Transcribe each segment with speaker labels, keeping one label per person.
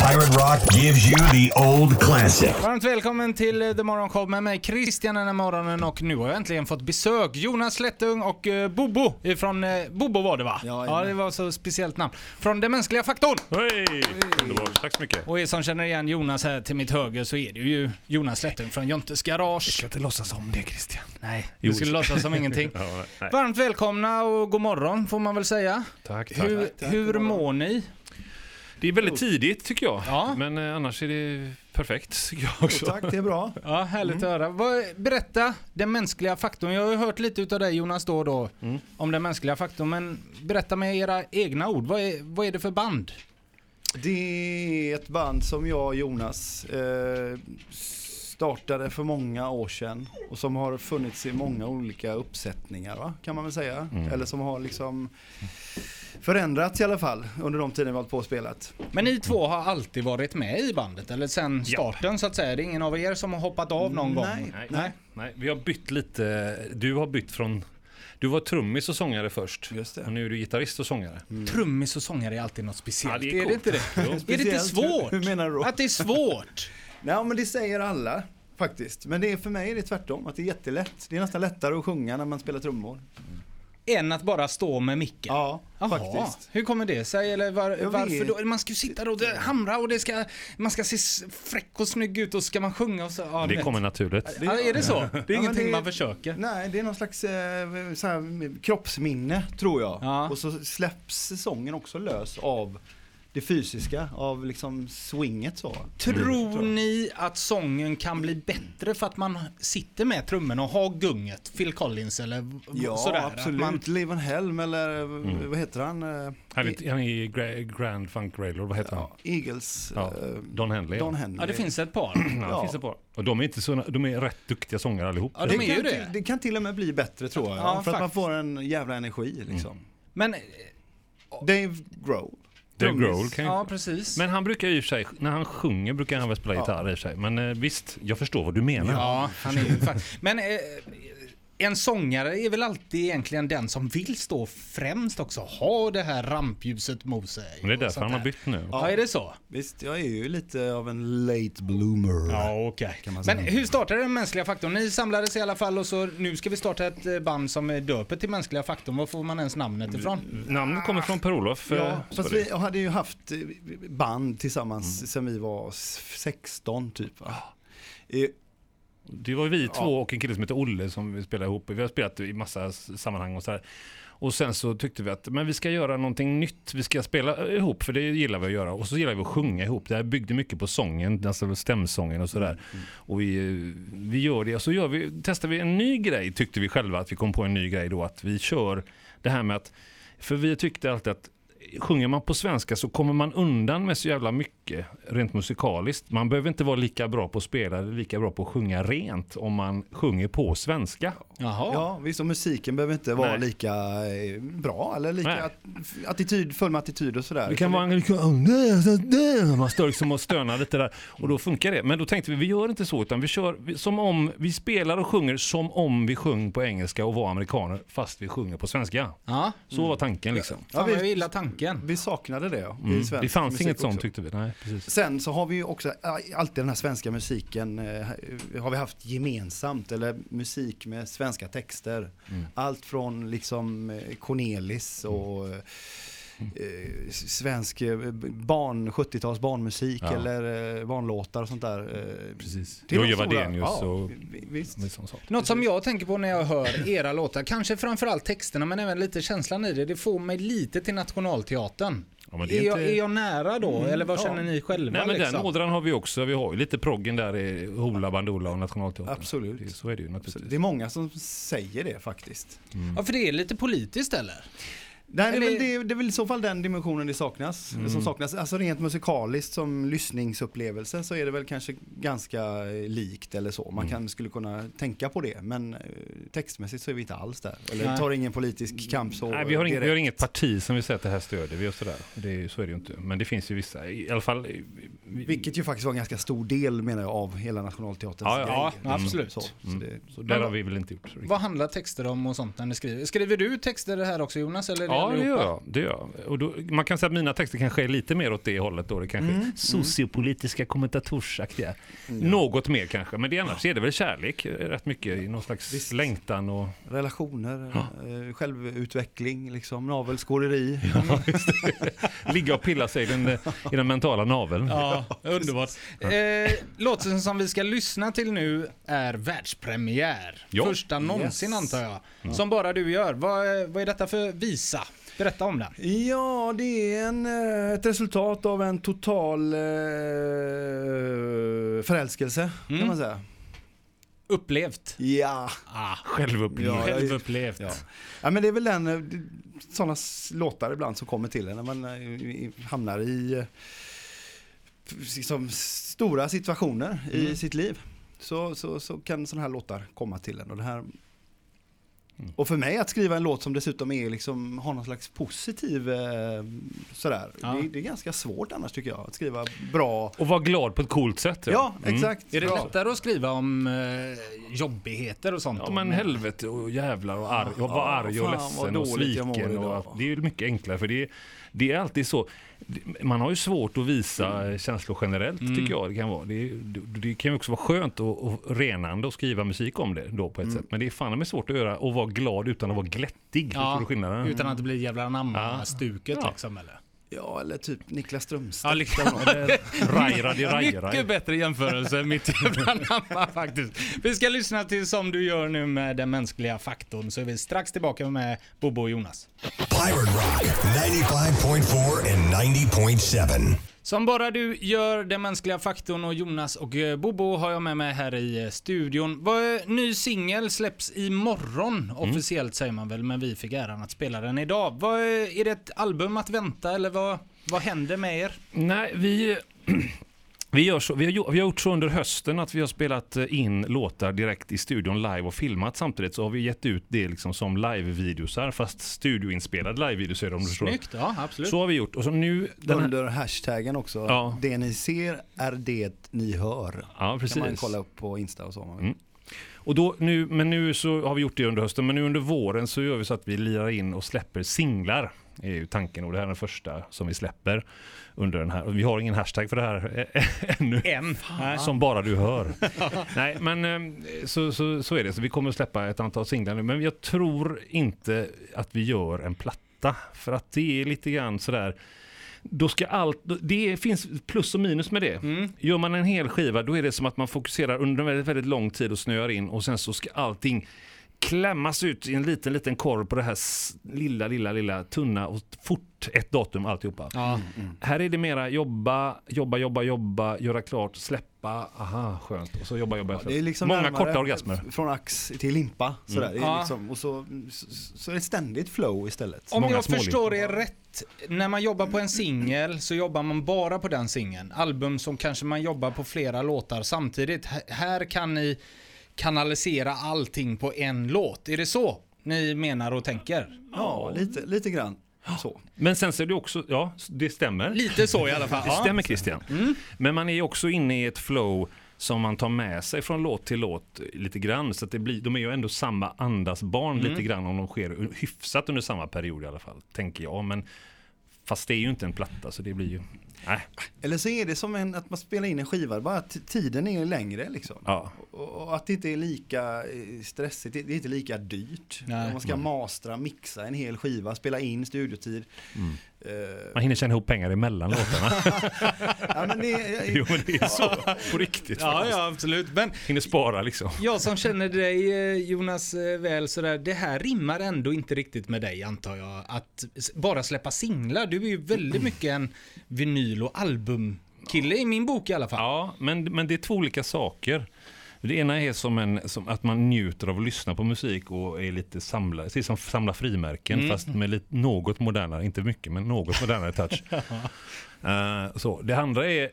Speaker 1: Pirate Rock gives you the old classic.
Speaker 2: Varmt välkommen till eh, The Morgon Show med mig Christian den här morgonen och nu har jag äntligen fått besök. Jonas Slättung och eh, Bobo ifrån... Eh, Bobo var det va?
Speaker 3: Ja,
Speaker 2: ja,
Speaker 3: jajamän.
Speaker 2: det var så speciellt namn. Från Den Mänskliga Faktorn!
Speaker 4: Hej! Underbart, tack så mycket.
Speaker 2: Och er som känner igen Jonas här till mitt höger så är det ju Jonas Slättung från Jontes Garage.
Speaker 3: inte låtsas om det Christian.
Speaker 2: Nej, du skulle låtsas som ingenting.
Speaker 4: Ja, nej.
Speaker 2: Varmt välkomna och god morgon får man väl säga.
Speaker 4: Tack, tack.
Speaker 2: Hur, hur mår ni?
Speaker 4: Det är väldigt tidigt tycker jag,
Speaker 2: Ja.
Speaker 4: men eh, annars är det perfekt tycker jag också.
Speaker 3: Tack, det är bra.
Speaker 2: Ja, härligt
Speaker 3: Mm.
Speaker 2: att höra. Vad, berätta den mänskliga faktorn. Jag har ju hört lite utav dig Jonas då och då
Speaker 3: Mm.
Speaker 2: om den mänskliga faktorn. Men berätta med era egna ord. Vad är, vad är det för band?
Speaker 3: Det är ett band som jag och Jonas eh, startade för många år sedan och som har funnits i många olika uppsättningar va? kan man väl säga. Eller som har liksom förändrats i alla fall under de tider vi har hållit på och spelat.
Speaker 2: Men ni två har alltid varit med i bandet eller sen starten så att säga. Det är ingen av er som har hoppat av någon gång?
Speaker 3: Nej.
Speaker 4: Nej.
Speaker 2: Nej.
Speaker 4: Nej. vi har bytt lite. Du har bytt från... Du var trummis och sångare först.
Speaker 3: Just det.
Speaker 4: Och nu är du gitarrist och sångare.
Speaker 2: Trummis och sångare är alltid något speciellt.
Speaker 4: Ja, det är
Speaker 2: Mm. är, det
Speaker 4: coolt.
Speaker 2: inte det? är det inte
Speaker 3: Speciellt, hur-
Speaker 2: svårt?
Speaker 3: Hur menar du då?
Speaker 2: Att det är svårt?
Speaker 3: Nej men det säger alla faktiskt. Men det är, för mig är det tvärtom, att det är jättelätt. Det är nästan lättare att sjunga när man spelar trummor.
Speaker 2: Än att bara stå med micken?
Speaker 3: Ja,
Speaker 2: Jaha,
Speaker 3: faktiskt.
Speaker 2: hur kommer det sig? Eller var,
Speaker 3: Jag
Speaker 2: varför
Speaker 3: vet
Speaker 2: då? Man ska ju sitta och hamra och det ska, man ska se s- fräck och snygg ut och ska man sjunga och så. Ja,
Speaker 4: Det
Speaker 2: vet.
Speaker 4: kommer naturligt.
Speaker 2: Ja, är det så? Det är
Speaker 3: men
Speaker 2: ingenting
Speaker 3: det- Mm.
Speaker 2: man försöker.
Speaker 3: Nej, det är någon slags eh, så här, kroppsminne tror jag.
Speaker 2: Ja.
Speaker 3: Och så släpps sången också lös av det fysiska, av liksom swinget så.
Speaker 2: Tror ni att sången kan bli bättre för att man sitter med trummorna och har gunget? Phil Collins eller v-
Speaker 3: Ja,
Speaker 2: sådär? att
Speaker 3: absolut.
Speaker 2: Man,
Speaker 3: Levan Helm eller eh, vad heter han? Eh,
Speaker 4: Han är, han är gra- Grand Funk Railroad, vad heter
Speaker 3: ja, Eagles.
Speaker 4: han?
Speaker 3: eh,
Speaker 4: Ja. Don Henley.
Speaker 3: Don
Speaker 4: ja.
Speaker 3: Henley.
Speaker 2: ja, det finns ett par.
Speaker 4: Ja,
Speaker 3: ja.
Speaker 4: det finns det på. Och de är, inte så, de är rätt duktiga sångare allihop.
Speaker 2: Ja, de är
Speaker 3: kan
Speaker 2: ju
Speaker 3: till-
Speaker 2: det.
Speaker 3: det kan till och med bli bättre tror jag.
Speaker 2: Ja,
Speaker 3: för att man
Speaker 2: faktiskt.
Speaker 3: får en jävla energi liksom.
Speaker 2: Mm. Men,
Speaker 3: Dave Grohl.
Speaker 4: Dave
Speaker 3: trummis.
Speaker 4: Grohl kan ju...
Speaker 2: ja precis.
Speaker 4: Men han brukar ju i och för sig, när han sjunger brukar han väl spela gitarr i och för sig. Men eh, visst, jag förstår vad du menar.
Speaker 2: ja, han är ju fan. Men eh, en sångare är väl alltid egentligen den som vill stå främst också. Ha det här rampljuset mot sig.
Speaker 4: Men det är
Speaker 2: och
Speaker 4: därför
Speaker 2: sånt
Speaker 4: han har
Speaker 2: där.
Speaker 4: bytt nu.
Speaker 2: Ja, är det så?
Speaker 3: Visst, jag är ju lite av en late bloomer.
Speaker 2: Ja, okej.
Speaker 3: man
Speaker 2: Men
Speaker 3: säga.
Speaker 2: hur startade den mänskliga faktorn? Ni samlades i alla fall och så nu ska vi starta ett eh, band som är döpet till mänskliga faktorn. Var får man ens namnet
Speaker 3: Mm.
Speaker 2: ifrån?
Speaker 4: Namnet kommer från Per-Olof. eh, Mm.
Speaker 3: Ja, fast
Speaker 4: Sperry.
Speaker 3: vi hade ju haft eh, band tillsammans sen vi var s- 16 typ. va?
Speaker 4: Ah.
Speaker 3: Eh,
Speaker 4: Det var ju vi två och en kille som heter Olle som vi spelade ihop. Vi har spelat i massa s- sammanhang och så här. Och sen så tyckte vi att men vi ska göra någonting nytt. Vi ska spela eh, ihop för det gillar vi att göra. Och så gillar vi att sjunga ihop. Det här byggde mycket på sången, alltså stämsången och sådär.
Speaker 3: Mm,
Speaker 4: Och vi, eh, vi gör det. Och så gör vi, testar vi en ny grej tyckte vi själva att vi kom på en ny grej då. Att vi kör det här med att, för vi tyckte alltid att Sjunger man på svenska så kommer man undan med så jävla mycket rent musikaliskt. Man behöver inte vara lika bra på att spela eller lika bra på att sjunga rent om man sjunger på svenska.
Speaker 2: Jaha.
Speaker 3: Ja, visst och musiken behöver inte vara
Speaker 4: Ah. Nej.
Speaker 3: lika eh, bra eller lika
Speaker 4: Nej.
Speaker 3: att- attityd, full med attityd och sådär.
Speaker 4: Det kan vara en... oh, nej, så där. Man står liksom och stönar lite där och då funkar det. Men då tänkte vi, vi gör inte så utan vi kör vi- som om vi spelar och sjunger som om vi sjöng på engelska och var amerikaner fast vi sjunger på svenska.
Speaker 2: Ja.
Speaker 3: Mm.
Speaker 4: Så var tanken liksom.
Speaker 3: Ja,
Speaker 2: Fan, jag
Speaker 3: vi,
Speaker 2: gillar tanken.
Speaker 3: vi saknade det ja, i svensk
Speaker 4: Mm. Det fanns
Speaker 3: musik
Speaker 4: inget sånt
Speaker 3: också.
Speaker 4: tyckte vi. Nej, precis.
Speaker 3: Sen så har vi ju också eh, alltid den här svenska musiken eh, har vi haft gemensamt eller musik med svenska texter.
Speaker 4: Mm.
Speaker 3: Allt från liksom eh, Cornelis och eh, svensk eh, barn 70-tals barnmusik
Speaker 4: Ja.
Speaker 3: eller eh, barnlåtar och sånt där. eh,
Speaker 4: precis.
Speaker 3: till de
Speaker 4: Jojje
Speaker 3: stora-
Speaker 4: Wadenius
Speaker 3: ja,
Speaker 4: och...
Speaker 3: vi- visst.
Speaker 4: Liksom sånt.
Speaker 2: Något som jag tänker på när jag hör era låtar, kanske framförallt texterna men även lite känslan i det, det får mig lite till Nationalteatern.
Speaker 4: Ja, men
Speaker 2: är,
Speaker 4: det är inte- Mm,
Speaker 2: jag, är jag nära då eller vad
Speaker 3: ja.
Speaker 2: känner ni själva?
Speaker 4: Nej men
Speaker 2: liksom?
Speaker 4: den ådran har vi också. Vi har ju lite proggen där i Hoola Bandoola och Nationalteatern.
Speaker 3: Absolut.
Speaker 4: Det, så är det ju naturligtvis.
Speaker 3: Det är många som säger det faktiskt.
Speaker 2: Ja för det är lite politiskt eller?
Speaker 3: Nej, det, är
Speaker 2: Eller-
Speaker 3: väl, det, är, det är väl i så fall den dimensionen det saknas,
Speaker 4: Mm.
Speaker 3: som saknas. Alltså rent musikaliskt som lyssningsupplevelse så är det väl kanske ganska eh, likt eller så.
Speaker 4: Mm.
Speaker 3: Man kan, skulle kunna tänka på det, men eh, textmässigt så är vi inte alls där. Eller
Speaker 2: Nej.
Speaker 3: tar ingen politisk kamp så
Speaker 4: Nej, vi, har
Speaker 3: eh,
Speaker 4: inget, vi har
Speaker 3: direkt.
Speaker 4: inget parti som vi säger att det här stöder vi och sådär. Det är, ju- så är det ju inte. Men det finns ju vissa, i alla fall i-
Speaker 3: Vilket ju faktiskt var en ganska stor del menar jag av hela Nationalteaterns
Speaker 4: Ja, ja,
Speaker 3: grej.
Speaker 4: ja, Mm.
Speaker 3: Liksom.
Speaker 2: absolut.
Speaker 3: Så, så det,
Speaker 4: Så där har vi väl inte gjort så riktigt.
Speaker 2: Vad handlar texter om och sånt när ni skriver? Skriver du texter här också Jonas? Eller är det
Speaker 4: Ja, det
Speaker 2: allihopa?
Speaker 4: gör jag. Det gör jag. Och då, man kan säga att mina texter kanske är lite mer åt det hållet då. Det kanske är sociopolitiska kommentatorsaktiga. Något mer kanske, men det, annars är det väl kärlek eh, rätt mycket i någon slags
Speaker 3: Visst.
Speaker 4: längtan och...
Speaker 3: relationer, eh, självutveckling, liksom, navelskåderi.
Speaker 4: Ligga och pilla sig i den, eh, i den mentala naveln.
Speaker 2: Ja, underbart. Eh, låten som vi ska lyssna till nu är världspremiär.
Speaker 4: Ja.
Speaker 2: Första någonsin
Speaker 3: Yes.
Speaker 2: antar jag. Som bara du gör. Vad, vad är detta för visa? Berätta om den.
Speaker 3: Ja, det är en, eh, ett resultat av en total eh, förälskelse, kan man säga.
Speaker 2: Upplevt.
Speaker 3: Ja.
Speaker 2: Ah,
Speaker 4: Självupplevelse.
Speaker 3: Ja, jag-
Speaker 2: självupplevt.
Speaker 3: ja. ja, men det är väl den, eh, sådana s- låtar ibland som kommer till en när man eh, i- hamnar i eh, liksom, stora situationer i sitt liv. Så, så, så kan sådana här låtar komma till en. Och, det här... och för mig att skriva en låt som dessutom är liksom, har någon slags positiv eh, sådär.
Speaker 2: Ja.
Speaker 3: Det, det är ganska svårt annars tycker jag att skriva bra.
Speaker 4: Och vara glad på ett coolt sätt.
Speaker 3: Ja,
Speaker 4: Mm.
Speaker 3: exakt.
Speaker 2: Är det
Speaker 3: bra.
Speaker 2: lättare att skriva om eh, jobbigheter och sånt?
Speaker 4: Ja
Speaker 2: då?
Speaker 4: men helvete och jävlar och arg, och var arg och
Speaker 3: fan,
Speaker 4: ledsen
Speaker 3: vad
Speaker 4: och
Speaker 3: dåligt jag mår
Speaker 4: sviken. Och,
Speaker 3: idag.
Speaker 4: allt. det är ju mycket enklare för det är, det är alltid så. Man har ju svårt att visa eh, känslor generellt tycker jag det kan vara. Det, är- det, det kan ju också vara skönt och, och renande att skriva musik om det då på ett sätt. Men det är fan med svårt att göra och vara glad utan att vara glättig. Förstår
Speaker 2: Ja,
Speaker 4: du skillnaden?
Speaker 2: utan att det blir jävla
Speaker 4: Ja.
Speaker 2: anamma-stuket
Speaker 4: Ja.
Speaker 2: liksom eller?
Speaker 3: Ja, eller typ Niklas Strömstedt.
Speaker 2: Ja, liksom.
Speaker 4: Rajra, det
Speaker 2: Mycket
Speaker 4: rajra.
Speaker 2: bättre jämförelse mitt jävla namn faktiskt. Vi ska lyssna till Som du gör nu med den mänskliga faktorn så är vi strax tillbaka med Bobo och Jonas.
Speaker 1: Pirate Rock 95.4 and 90.7.
Speaker 2: Som bara du gör den mänskliga faktorn och Jonas och eh, Bobo har jag med mig här i eh, studion. Vad, eh, Ny singel släpps imorgon officiellt säger man väl men vi fick äran att spela den idag. Vad, eh, är det ett album att vänta eller vad, vad händer med er?
Speaker 4: Nej, vi... Vi, gör så, vi, har, gjo- vi har gjort så under hösten att vi har spelat eh, in låtar direkt i studion live och filmat samtidigt. Så har vi gett ut det liksom som live-videosar, fast studioinspelade live-videos är det om du förstår.
Speaker 2: Snyggt, ja absolut.
Speaker 4: Så har vi gjort. Och så nu... Den här,
Speaker 3: Under hashtaggen också.
Speaker 4: Ja.
Speaker 3: Det ni ser är det ni hör.
Speaker 4: ja,
Speaker 3: Kan man
Speaker 4: precis. Mm.
Speaker 3: kolla upp på Insta och så. om Man vill.
Speaker 4: Och då, nu, men nu så har vi gjort det under hösten, men nu under våren så gör vi så att vi lirar in och släpper singlar. är ju tanken och det här är den första som vi släpper under den här. och Vi har ingen hashtag för det här eh, ännu.
Speaker 2: En. Nej.
Speaker 4: Som bara du hör. Nej, men eh, så, så, så är det. Så vi kommer att släppa ett antal singlar nu. Men jag tror inte att vi gör en platta. För att det är lite grann sådär. Då ska allt, det finns plus och minus med det.
Speaker 2: Mm.
Speaker 4: Gör man en hel skiva då är det som att man fokuserar under en väldigt, väldigt lång tid och snöar in och sen så ska allting klämmas ut i en liten, liten korv på det här s- lilla, lilla, lilla tunna och fort ett datum alltihopa.
Speaker 2: Ja.
Speaker 3: Mm.
Speaker 4: Här är det mera jobba, jobba, jobba, jobba, göra klart, släppa, aha skönt och så jobba, jobba,
Speaker 3: Det
Speaker 4: släppa.
Speaker 3: är liksom
Speaker 4: Många
Speaker 3: närmare
Speaker 4: korta orgasmer.
Speaker 3: f- Från ax till limpa. Sådär. Det
Speaker 2: Ja.
Speaker 3: är liksom, och så, så, så är det ständigt flow istället.
Speaker 2: Om
Speaker 4: Många
Speaker 2: jag
Speaker 4: småligheter.
Speaker 2: förstår er rätt, när man jobbar på en singel så jobbar man bara på den singeln. Album som kanske man jobbar på flera låtar samtidigt. H- Här kan ni kanalisera allting på en låt. Är det så ni menar och tänker?
Speaker 3: Ja, lite, lite grann så.
Speaker 4: Men sen så är det också, ja det stämmer.
Speaker 2: Lite så i alla fall. Mm.
Speaker 4: Det stämmer Christian. Men man är ju också inne i ett flow som man tar med sig från låt till låt lite grann. Så att det blir, de är ju ändå samma andas barn
Speaker 2: Mm.
Speaker 4: lite grann om de sker hyfsat under samma period i alla fall, tänker jag. Men fast det är ju inte en platta så det blir ju, nej.
Speaker 3: Eller så är det som en, att man spelar in en skiva, bara att t- tiden är längre liksom.
Speaker 4: Ja.
Speaker 3: Och, och att det inte är lika eh, stressigt, det det är inte lika dyrt.
Speaker 2: Nej.
Speaker 3: Man ska mastra, mixa en hel skiva, spela in studiotid.
Speaker 4: Mm.
Speaker 3: Eh,
Speaker 4: Man hinner tjäna ihop pengar emellan låtarna.
Speaker 3: ja, men det,
Speaker 4: jo men det är så på riktigt.
Speaker 2: Ja,
Speaker 4: faktiskt.
Speaker 2: ja, absolut. Men
Speaker 4: Hinner spara liksom.
Speaker 2: jag som känner dig eh, Jonas eh, väl sådär, det här rimmar ändå inte riktigt med dig antar jag. Att s- bara släppa singlar, du är ju väldigt mycket en vinyl och albumkille i min bok i alla fall.
Speaker 4: Ja, men, men det är två olika saker. Det ena är som, en, som att man njuter av att lyssna på musik och är lite samla, det är som samla frimärken
Speaker 3: Mm.
Speaker 4: fast med lite, något modernare, inte mycket men något modernare touch. Eh, så. Det andra är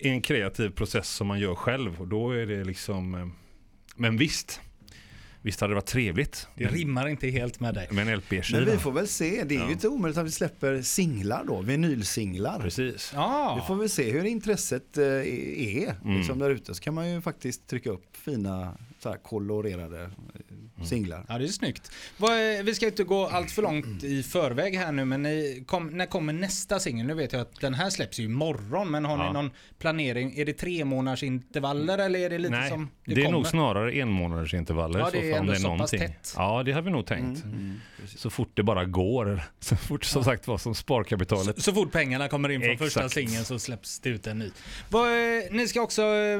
Speaker 4: en kreativ process som man gör själv och då är det liksom, eh, men visst. Visst hade det varit trevligt?
Speaker 2: Det rimmar inte helt med dig.
Speaker 4: Med en LP-skiva.
Speaker 3: Men vi får väl se. Det är ju inte omöjligt att vi släpper singlar då, vinylsinglar.
Speaker 4: Precis.
Speaker 2: Ja,
Speaker 3: Vi får väl se hur intresset eh, är liksom där ute. Så kan man ju faktiskt trycka upp fina så här, kolorerade eh, singlar.
Speaker 2: ja det är snyggt. Vad är, vi ska inte gå allt för långt i förväg här nu, men ni kom, när kommer nästa singel? Nu vet jag att den här släpps ju imorgon, men har ni
Speaker 4: Ja.
Speaker 2: någon planering? Är det tre månaders intervaller eller är det lite
Speaker 4: Nej,
Speaker 2: som
Speaker 4: det, är
Speaker 2: kommer?
Speaker 4: nog snarare en månaders intervaller.
Speaker 2: Ja, det
Speaker 4: så
Speaker 2: är
Speaker 4: fall, om
Speaker 2: ändå
Speaker 4: det är
Speaker 2: så pass
Speaker 4: någonting.
Speaker 2: tätt. Mm.
Speaker 4: Ja, det har vi nog tänkt. så fort det bara går. Så fort som sagt var som sparkapitalet.
Speaker 2: Så fort pengarna kommer in från
Speaker 4: Exakt.
Speaker 2: första singeln så släpps det ut en ny. Vad, eh, ni ska också, eh,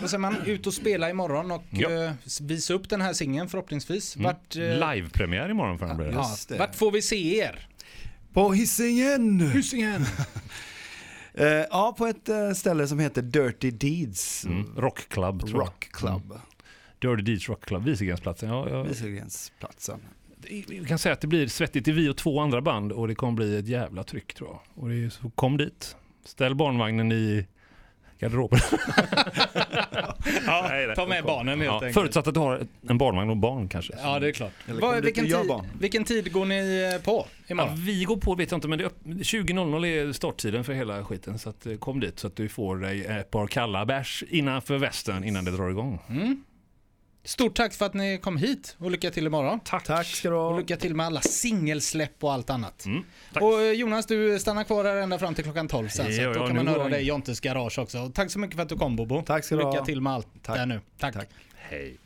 Speaker 2: vad säger man, ut och spela imorgon och
Speaker 4: Ja. Mm.
Speaker 2: eh, visa upp den här singeln förhoppningsvis. Vart, eh,
Speaker 4: Livepremiär imorgon för den blir det.
Speaker 2: ja,
Speaker 3: Just det.
Speaker 2: vart får vi se er?
Speaker 3: På Hisingen!
Speaker 2: Husingen!
Speaker 3: Eh, ja, på ett eh, ställe som heter Dirty Deeds
Speaker 4: Mm. Rockklubb tror
Speaker 3: Rock Club.
Speaker 4: jag. Dirty Deeds Rockklubb, Visegränsplatsen. Ja, ja.
Speaker 3: Visergrensplatsen.
Speaker 4: Vi kan säga att det blir svettigt. Det är vi och två andra band och det kommer bli ett jävla tryck tror jag. Och det är, så kom dit. Ställ barnvagnen i garderoben.
Speaker 2: Ja, ta med barnen helt
Speaker 4: Ja,
Speaker 2: enkelt.
Speaker 4: förutsatt att du har en barnvagn och barn kanske.
Speaker 2: Ja, det är klart.
Speaker 3: Eller
Speaker 2: Vad-
Speaker 3: kom dit
Speaker 2: vilken,
Speaker 3: och gör
Speaker 2: tid,
Speaker 3: barn.
Speaker 2: vilken tid går ni eh, på
Speaker 4: Ja,
Speaker 2: imorgon?
Speaker 4: vi går på vet jag inte, men det är öpp- 20.00 är starttiden för hela skiten. Så att, eh, kom dit så att du får dig ett par kalla bärs innanför västen innan det drar igång.
Speaker 2: Stort tack för att ni kom hit och lycka till imorgon.
Speaker 4: Tack!
Speaker 3: Tack ska du
Speaker 2: Och
Speaker 3: ha.
Speaker 2: lycka till med alla singelsläpp och allt annat.
Speaker 4: Mm, tack.
Speaker 2: Och eh, Jonas, du stannar kvar här ända fram till klockan 12 sen.
Speaker 4: Ja,
Speaker 2: så att då
Speaker 4: ja,
Speaker 2: kan
Speaker 4: nu
Speaker 2: man
Speaker 4: går
Speaker 2: höra
Speaker 4: jag
Speaker 2: dig i
Speaker 4: in.
Speaker 2: Jontes garage också. Och tack så mycket för att du kom Bobo.
Speaker 3: Tack ska du
Speaker 2: Lycka
Speaker 3: ha.
Speaker 2: till med allt
Speaker 3: Tack.
Speaker 2: där nu. Tack.
Speaker 3: Tack.
Speaker 4: Hej.